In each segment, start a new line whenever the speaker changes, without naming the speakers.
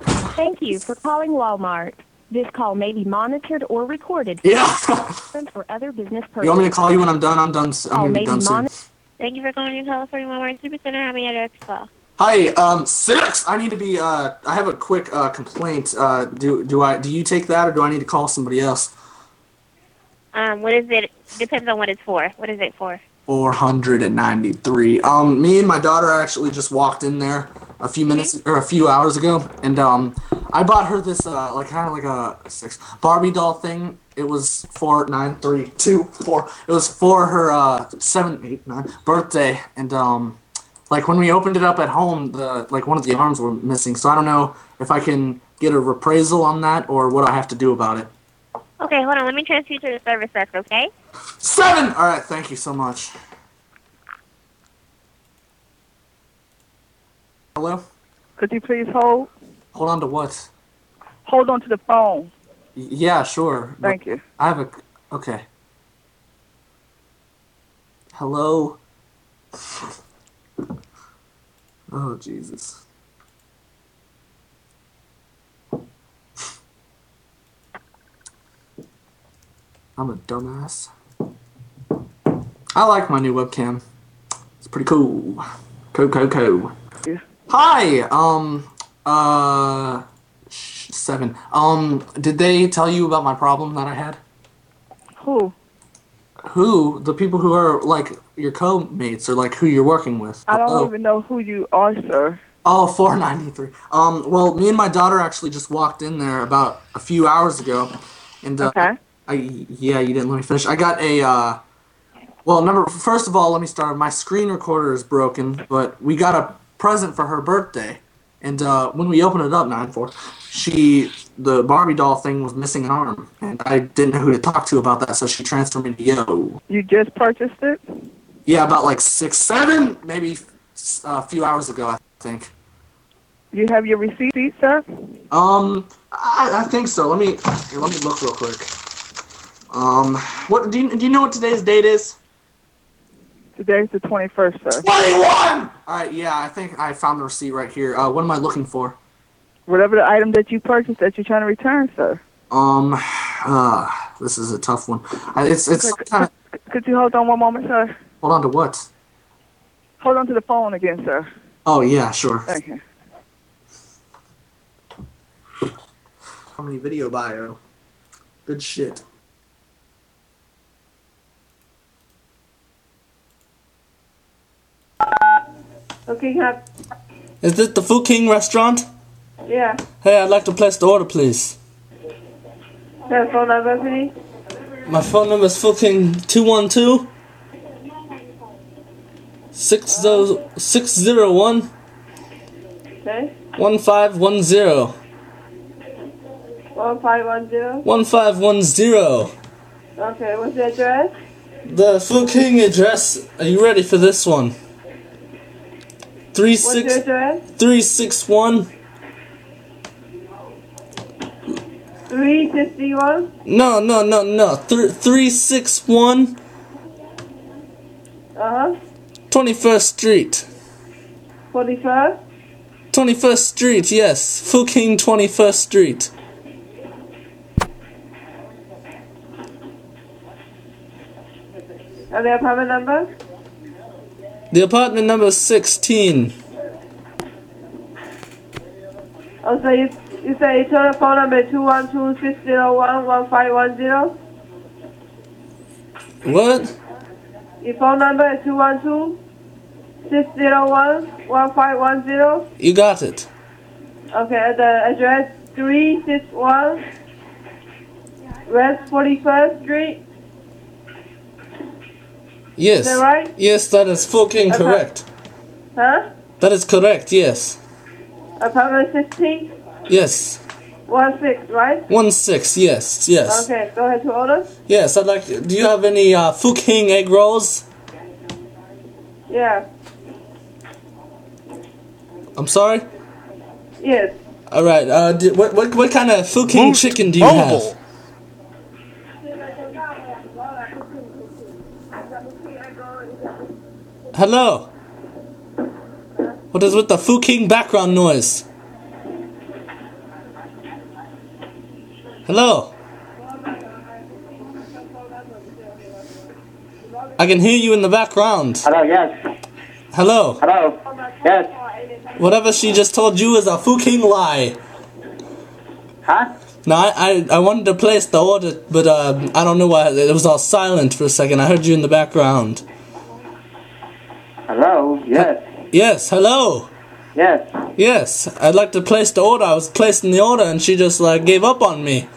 Thank you for calling Walmart. This call may be monitored or recorded
Yeah.
for other business purposes.
you want me to call you when I'm done? I'm done. s- I'm
Oh,
gonna be
maybe
done soon.
mon-
Thank you for calling in California Walmart Supercenter. How may I direct your call?
Hi, um, six. I need to be. Uh, I have a quick uh, complaint. Uh, do do I do you take that or do I need to call somebody else?
Um, what is it? Depends on what it's for. What is it for?
Four hundred and ninety three. Um, me and my daughter actually just walked in there a few minutes or a few hours ago, and um, I bought her this uh, like kind of like a six Barbie doll thing. It was four nine three two four. It was for her uh seven eight nine birthday, and um, like when we opened it up at home, the like one of the arms were missing. So I don't know if I can get a reprisal on that or what I have to do about it.
Okay, hold on. Let me transfer you to the service desk, okay?
Seven. All right. Thank you so much. Hello.
Could you please hold?
Hold on to what?
Hold on to the phone.
Y- Yeah, sure. but
Thank you.
I have a. c- Okay. Hello. Oh Jesus. I'm a dumbass. I like my new webcam. It's pretty cool. Co co co.
Yeah.
Hi. Um. Uh. sh- Seven. Um. Did they tell you about my problem that I had?
Who?
Who? The people who are like your co-mates or like who you're working with.
I don't
Hello?
even know who you are, sir.
Oh, 493. Um, well, me and my daughter actually just walked in there about a few hours ago, and uh,
Okay.
I yeah, you didn't let me finish. I got a uh, well, number first of all, let me start. My screen recorder is broken, but we got a present for her birthday, and uh, when we opened it up, nine four, she the Barbie doll thing was missing an arm, and I didn't know who to talk to about that, so she transferred me to Yo.
You just purchased it?
Yeah, about like six, seven, maybe uh, a few hours ago, I think.
You have your receipt, sir?
Um, I, I think so. Let me here, let me look real quick. Um, what do you do? You know what today's date is?
Today's the 21st, sir.
Twenty-one. All right. Yeah, I think I found the receipt right here. Uh, what am I looking for?
Whatever the item that you purchased that you're trying to return, sir.
Um, uh, this is a tough one. I, it's it's
Could,
kind of
could- could you hold on one moment, sir?
hold on to what?
Hold on to the phone again, sir.
Oh yeah, sure.
Thank you.
How many video bio? Good shit.
Okay, you have,
Is this the Food King restaurant?
yeah,
Hey, I'd like to place the order, please.
telephone number, please.
My phone number is fucking 212 601
Okay,
1510.
1510.
1510.
Okay, what's the address?
The Fu King address. Are you ready for this one?
What's the
36
address?
361.
361.
No, no, no, no. Thr- 361
Uh huh.
21st Street.
41st.
21st Street, yes. Fu King 21st Street.
And the apartment number?
The apartment number is 16.
Oh, so you, you say your telephone number 212 601 1510.
What?
Your phone number is 212 601 1510.
You got it.
Okay, the address 361 West 41st Street.
Yes.
Is that right?
Yes, that is fucking
Okay.
correct.
Huh?
That is correct, yes.
Apartment 16?
Yes.
16, right?
One six, yes, yes.
Okay, go ahead to order.
Yes, I'd like do you have any uh fucking egg rolls?
Yeah.
I'm sorry?
Yes.
Alright, uh do, what, what what kind of fucking
Boost
chicken do you
Mobile.
have? Hello? What is with the fucking background noise? Hello. I can hear you in the background.
Hello, yes.
Hello.
Hello. Yes.
Whatever she just told you is a fucking lie.
Huh?
No, I, I, I wanted to place the order, but uh, I don't know why it was all silent for a second. I heard you in the background.
Hello. Yes.
Yes, hello.
Yes.
Yes, I'd like to place the order. I was placing the order, and she just like gave up on me.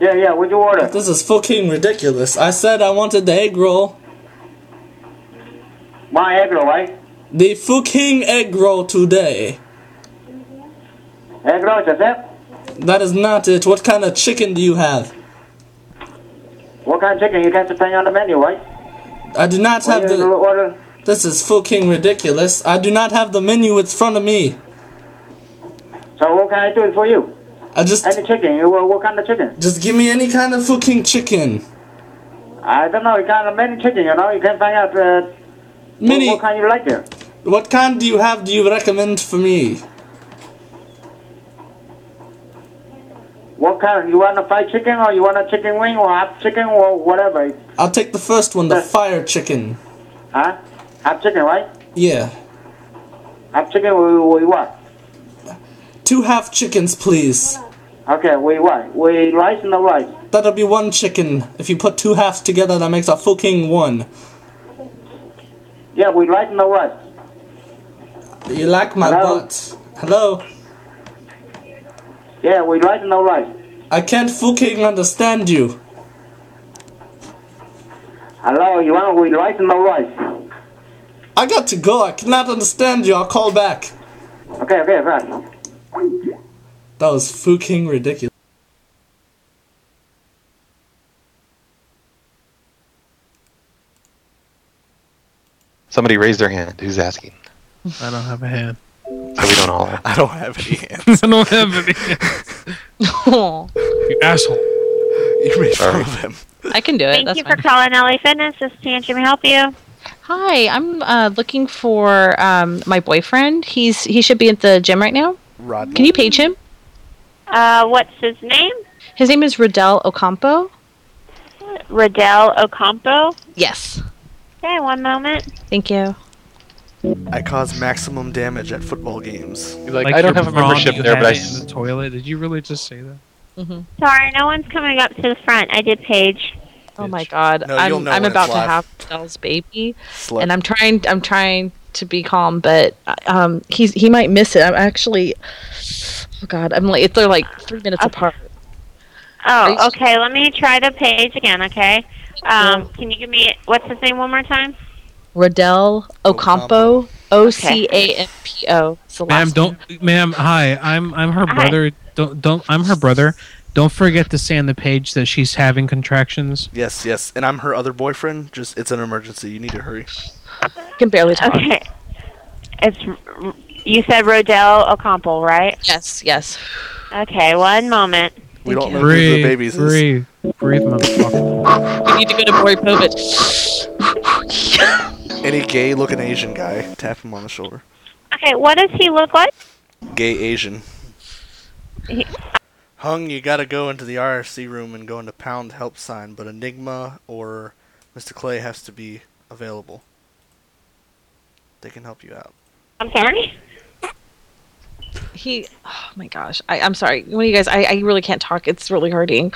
Yeah, yeah. What'd you order?
This is fucking ridiculous. I said I wanted the egg roll,
My egg roll, right?
the fucking egg roll today.
Egg roll, that's it?
That is not it. What kind of chicken do you have?
What kind of chicken? You got to pay on the menu, right?
I do not have
What you
the.
order?
This is fucking ridiculous. I do not have the menu in front of me.
So what can I do for you?
I just
Any chicken? You want what kind of chicken?
just give me any kind of fucking chicken.
I don't know. You got many chicken, you know. You can find out uh,
Mini,
what, what kind you like there.
what kind do you have? Do you recommend for me?
What kind? You want a fried chicken or you want a chicken wing or half chicken or whatever?
I'll take the first one, the
Yes.
fire chicken.
Huh? Half chicken, right?
Yeah,
Half chicken. We we what?
two half chickens, please.
Okay. We what? We rice and no rice.
That'll be one chicken. If you put two halves together, that makes a fucking one.
Yeah, we rice and no rice.
You like my
Hello?
butt? Hello.
Yeah, we rice and no rice.
I can't fucking understand you.
Hello, you want we rice and no rice?
I got to go. I cannot understand you. I'll call back.
Okay, okay, fine.
That was fucking ridiculous.
Somebody raised their hand. Who's asking?
I don't have a hand.
So we don't all. ask.
I don't have any hands.
I don't have any hands. You asshole.
You made fun
Sorry.
of him.
I can do it.
Thank
Uh, That's
you
fine.
for calling LA Fitness. This is Tange. Can we help you?
Hi, I'm uh, looking for um, my boyfriend. He's he should be at the gym right now.
Rodney.
Can you page him?
Uh, what's his name?
His name is Riddell Ocampo.
Riddell Ocampo.
Yes.
Okay, one moment.
Thank you.
I cause maximum damage at football games.
Like, I don't
you're
have a
wrong,
membership
you
there,
had
but I
it in the toilet. Did you really just say that?
Sorry, no one's coming up to the front. I did page.
Oh
Bitch.
my God.
No, you'll
I'm
know
I'm
when it's
about to
live.
have Riddell's baby,
Slut.
and I'm trying I'm trying to be calm, but uh, um, he's he might miss it. I'm actually. Oh God, I'm like they're like three minutes apart. Are you-
Oh, okay. Let me try the page again. Okay. Um, can you give me what's his name one more time?
Riddell Ocampo. O C A M P O. It's the
Ma'am,
last
don't, ma'am. Hi, I'm I'm her
Hi.
brother. Don't don't. I'm her brother. Don't forget to say on the page that she's having contractions.
Yes, yes. And I'm her other boyfriend. Just it's an emergency. You need to hurry.
I can barely talk.
Okay. It's you said Rodell Ocampo, right?
Yes, yes.
Okay, one moment.
We don't
Oh,
Thank
know who the
Breathe,
babies is.
breathe, breathe, motherfucker.
We need to go to Maury Povich.
Any gay looking Asian guy. Tap him on the shoulder.
Okay, what does he look like?
Gay Asian.
He-
Hung, you gotta go into the RFC room and go into pound help sign, but Enigma or Mr. Clay has to be available. They can help you out.
I'm sorry.
He, oh my gosh, I, I'm sorry. One of you guys, I, I really can't talk. It's really hurting.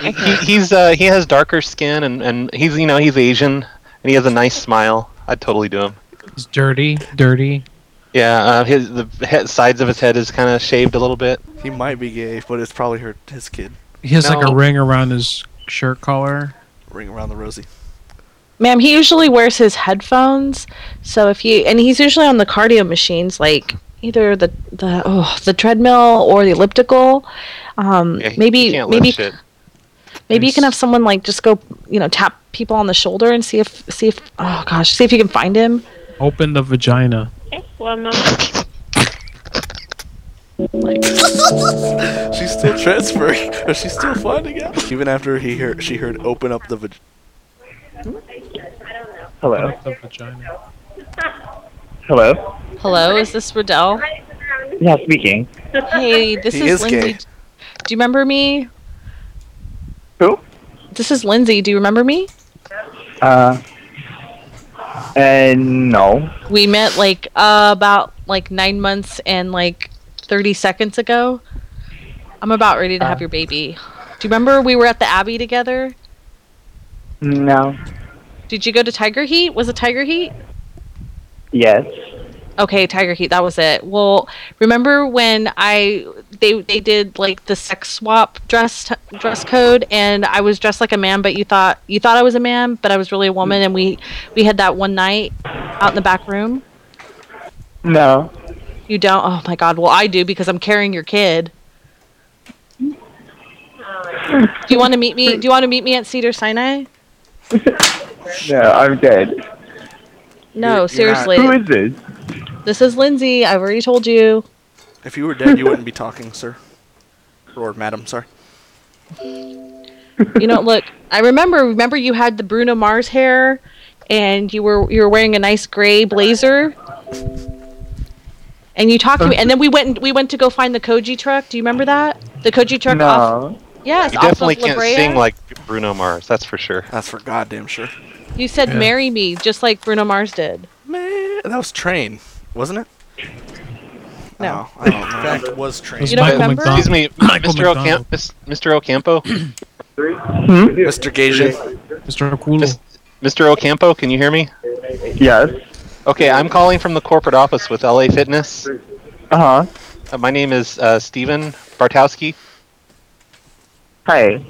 He, he- he's uh, he has darker skin and, and he's you know he's Asian and he has a nice smile. I'd totally do him.
He's dirty, dirty.
Yeah, uh, his the head, sides of his head is kind of shaved a little bit.
He might be gay, but it's probably her his kid.
He has like
No.
a ring around his shirt collar.
Ring around the rosy.
Ma'am, he usually wears his headphones. So if you, and he's usually on the cardio machines, like either the the oh, the treadmill or the elliptical. Um,
Yeah, he- he
maybe
can't lift
maybe
shit.
maybe you can have someone like just go, you know, tap people on the shoulder and see if see if oh gosh, see if you can find him.
Open the vagina.
Okay, one moment.
She's still transferring. Or she's still finding out. Even after he heard, she heard open up the vag-
Open
Hello.
up the vagina.
Hello.
Hello, is this Riddell?
Yeah, speaking.
Hey, this
He
is,
is gay.
Lindsay. Do you remember me?
Who?
This is Lindsay. Do you remember me?
Uh, and no.
We met like uh, about like nine months and like thirty seconds ago. I'm about ready to have your baby. Do you remember we were at the Abbey together?
No.
Did you go to Tiger Heat? Was it Tiger Heat?
Yes.
Okay, Tiger Heat. That was it. Well, remember when I they they did like the sex swap dress t- dress code, and I was dressed like a man, but you thought you thought I was a man, but I was really a woman, and we we had that one night out in the back room.
No.
You don't? Oh my God. Well, I do because I'm carrying your kid. Do you want to meet me? Do you want to meet me at Cedar Sinai?
No, I'm dead.
No, seriously.
Who is this?
This is Lindsay. I've already told you.
If you were dead, you wouldn't be talking, sir. Or madam, sorry.
You know, look. I remember. Remember, you had the Bruno Mars hair, and you were you were wearing a nice gray blazer. And you talked to me, and then we went and- we went to go find the Koji truck. Do you remember that? The Koji truck. Off, yes,
You
off of
definitely
La
can't
Brea.
sing like Bruno Mars. That's for sure.
That's for goddamn sure.
You said
Yeah.
"marry me," just like Bruno Mars did.
Man, that was train, wasn't it?
No.
Oh, I don't know. In fact, was train.
You don't remember?
Excuse me,
Michael
Mr.
McDonald.
Ocampo. Mr. Ocampo.
Mr. Gasian.
Mr. Okulo.
Mr. Ocampo, can you hear me?
Yes.
Okay, I'm calling from the corporate office with LA Fitness.
Uh huh.
Uh, my name is uh, Steven Bartowski.
Hi.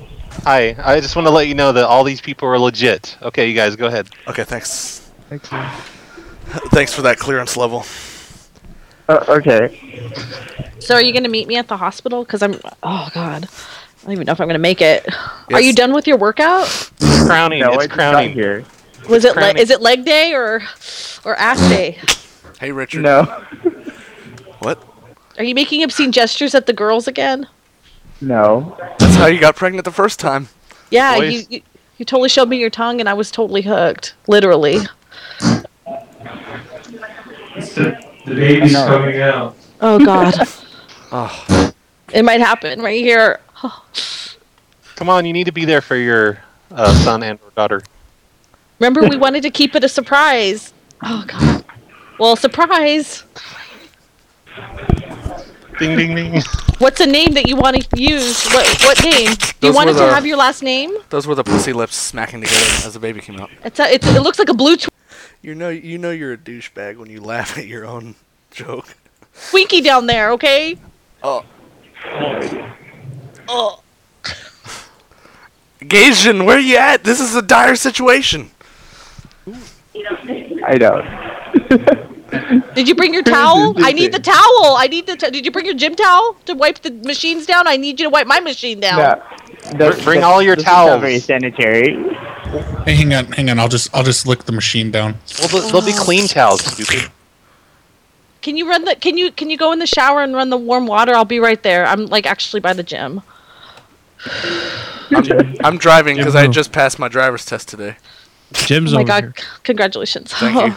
Hi. I just want to let you know that all these people are legit. Okay, you guys, go ahead.
Okay, thanks.
Thanks.
Thanks for that clearance level.
Uh, okay.
So, are you going to meet me at the hospital? Because I'm. Oh God, I don't even know if I'm going to make it. Are
Yes.
you done with your workout?
Crowning.
No,
it's
I just got
crowning.
here.
Was it le-
crowning.
is it leg day or or ass day?
Hey, Richard.
No.
What?
Are you making obscene gestures at the girls again?
No.
That's how you got pregnant the first time.
Yeah,
Boys.
you, you you totally showed me your tongue and I was totally hooked, literally.
The baby's
No.
coming out.
Oh God,
Oh,
it might happen right here.
Come on, you need to be there for your uh, son and or daughter.
Remember, we wanted to keep it a surprise. Oh God. Well, surprise.
Ding ding ding.
What's a name that you want to use? What what name? Do you
Those
want
were
it to
the-
have your last name?
those were the pussy lips smacking together as the baby came out.
It's a, it's, it looks like a blue tw-
You know, you know you're a douchebag when you laugh at your own joke.
winky down there. Okay.
Oh,
Oh.
Gasian, where you at? This is a dire situation.
I don't.
Did you bring your towel? I need the towel. I need the. T- did you bring your gym towel to wipe the machines down? I need you to wipe my machine down.
No. Does-
bring
does-
all your
this is not
towels.
Very sanitary.
Hey, hang on, hang on. I'll just I'll just lick the machine down.
Well, th- they'll be clean towels, stupid.
Can you run the? Can you can you go in the shower and run the warm water? I'll be right there. I'm like actually by the gym.
I'm, I'm driving because I just passed my driver's test today.
Jim's
oh my
over
god!
here.
c- Congratulations.
Thank you.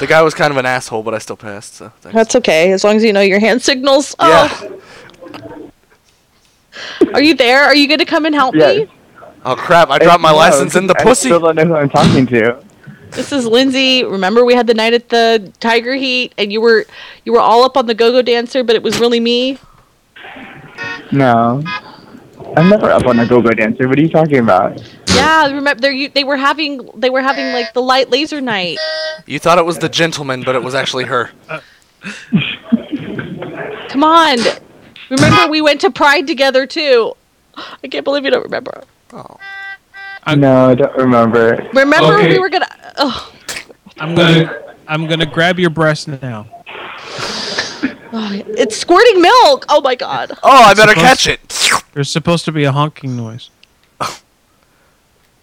The guy was kind of an asshole, but I still passed. So thanks.
That's okay as long as you know your hand signals. Oh,
Yeah.
are you there? Are you going to come and help
Yes.
me?
Oh crap! I dropped my
No,
license in the
I
pussy.
still don't know who I'm talking to.
This is Lindsay. Remember we had the night at the Tiger Heat and you were you were all up on the go-go dancer, but it was really me.
No. I'm never up on a go-go dancer. What are you talking about?
Yeah, remember they you- they were having they were having like the light laser night.
You thought it was the gentleman, but it was actually her.
Come on. Remember we went to Pride together too. I can't believe you don't remember.
no, I don't remember.
Remember
Okay.
we were going to oh,
I'm gonna I'm gonna grab your breast now.
oh, it's squirting milk. Oh my god.
Oh, I
It's
better
supposed-
catch it.
There's supposed to be a honking noise.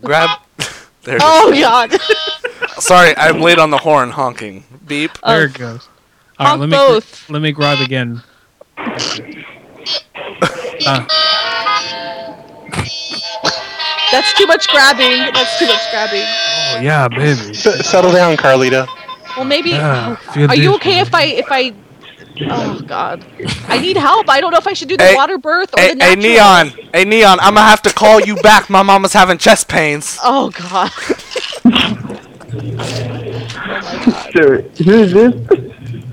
Grab. there. It is.
Oh god.
Sorry, I'm late on the horn. Honking. Beep.
There it goes. All
honk
let me
both.
let me grab again. Ah,
That's too much grabbing. That's too much grabbing.
oh yeah, baby.
S- settle down, Carlita.
Well, maybe.
Yeah,
oh,
feel
are you
this
okay if I if I Oh God, I need help. I don't know if I should do the
Hey,
water birth or
Hey,
Oh, the
hey,
natural.
Neon. Hey, Neon, I'm gonna have to call you back. My mama's having chest pains.
Oh God. Oh
Sure.
Who's this?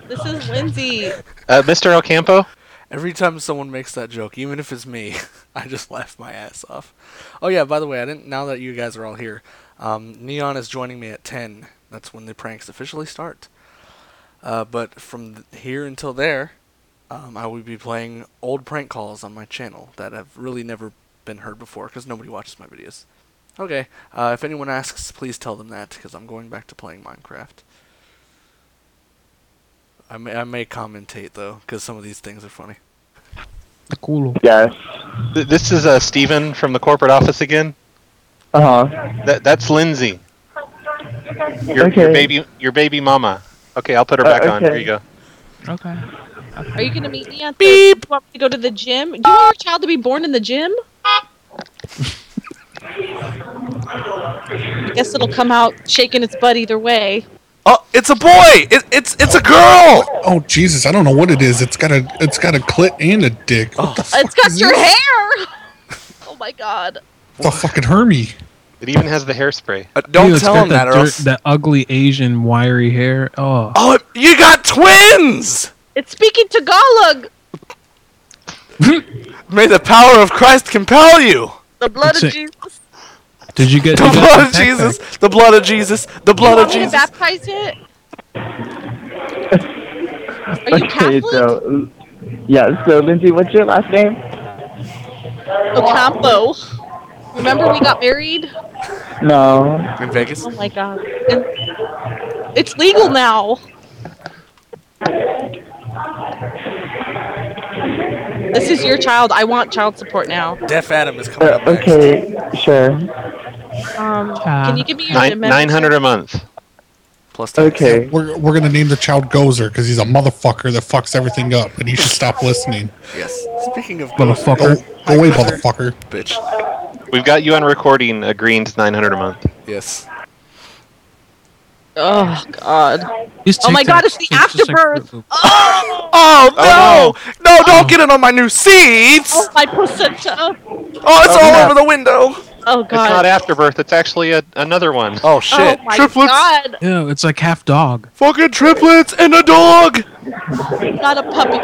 This is Lindsay.
Uh, Mr. Ocampo?
Every time someone makes that joke, even if it's me, I just laugh my ass off. Oh yeah, by the way, I didn't. Now that you guys are all here, um, Neon is joining me at ten. That's when the pranks officially start. Uh, but from th- here until there, um, I will be playing old prank calls on my channel that have really never been heard before because nobody watches my videos. Okay, uh, if anyone asks, please tell them that because I'm going back to playing Minecraft. I may, I may commentate though because some of these things are funny.
Yes.
Th- this is uh, Steven from the corporate office again.
Uh huh.
That that's Lindsay. Your, your
Okay.
baby your baby mama. Okay, I'll put her back
Uh,
on. There
okay.
you go.
Okay.
Are you gonna meet me at the? Beep. Do you want me to go to the gym? Do you want your child to be born in the gym? I guess it'll come out shaking its butt either way.
Oh, it's a boy. It, it's it's a girl.
Oh Jesus! I don't know what it is. It's got a it's got a clit and a dick. What the,
It's got your hair. Oh my god.
the fucking Hermie?
It even has the hairspray.
Ew, it's got that, dirt, that ugly Asian wiry hair. Oh.
Oh, you got twins.
It's speaking Tagalog.
May the power of Christ compel you.
The blood
It's
of
a-
Jesus.
Did you
The
get you got
Oh,
blood of
the pack
Jesus.
back?
The blood of Jesus. The
you
blood of
want me to
Jesus.
baptize it?
okay, so yeah. So Lindsay, what's your last name?
Ocampo. Remember we got married?
No.
In Vegas.
Oh my god. It- It's legal now. This is your child. I want child support now.
Def Adam is coming
Uh,
up next.
okay, sure.
Um, can you give me your
Nine
dimensions?
nine hundred a month.
Plus
Okay.
We're, we're gonna name the child Gozer because he's a motherfucker that fucks everything up, and you should stop listening.
Yes. Speaking of
Motherfucker. Go, go away, motherfucker.
oh,
Bitch.
We've got you on recording agreeing to nine hundred a month.
Yes.
Oh god.
These
Oh my
TikToks
god, it's the
is just like
afterbirth.
Oh, no. no! don't get it on my new seats.
Oh my placenta.
Oh, it's all over the window.
Oh
It's not
god.
afterbirth. It's actually a, another one.
Oh
Oh my god.
Ew, it's like half dog.
Fucking triplets and a dog.
Not a puppy.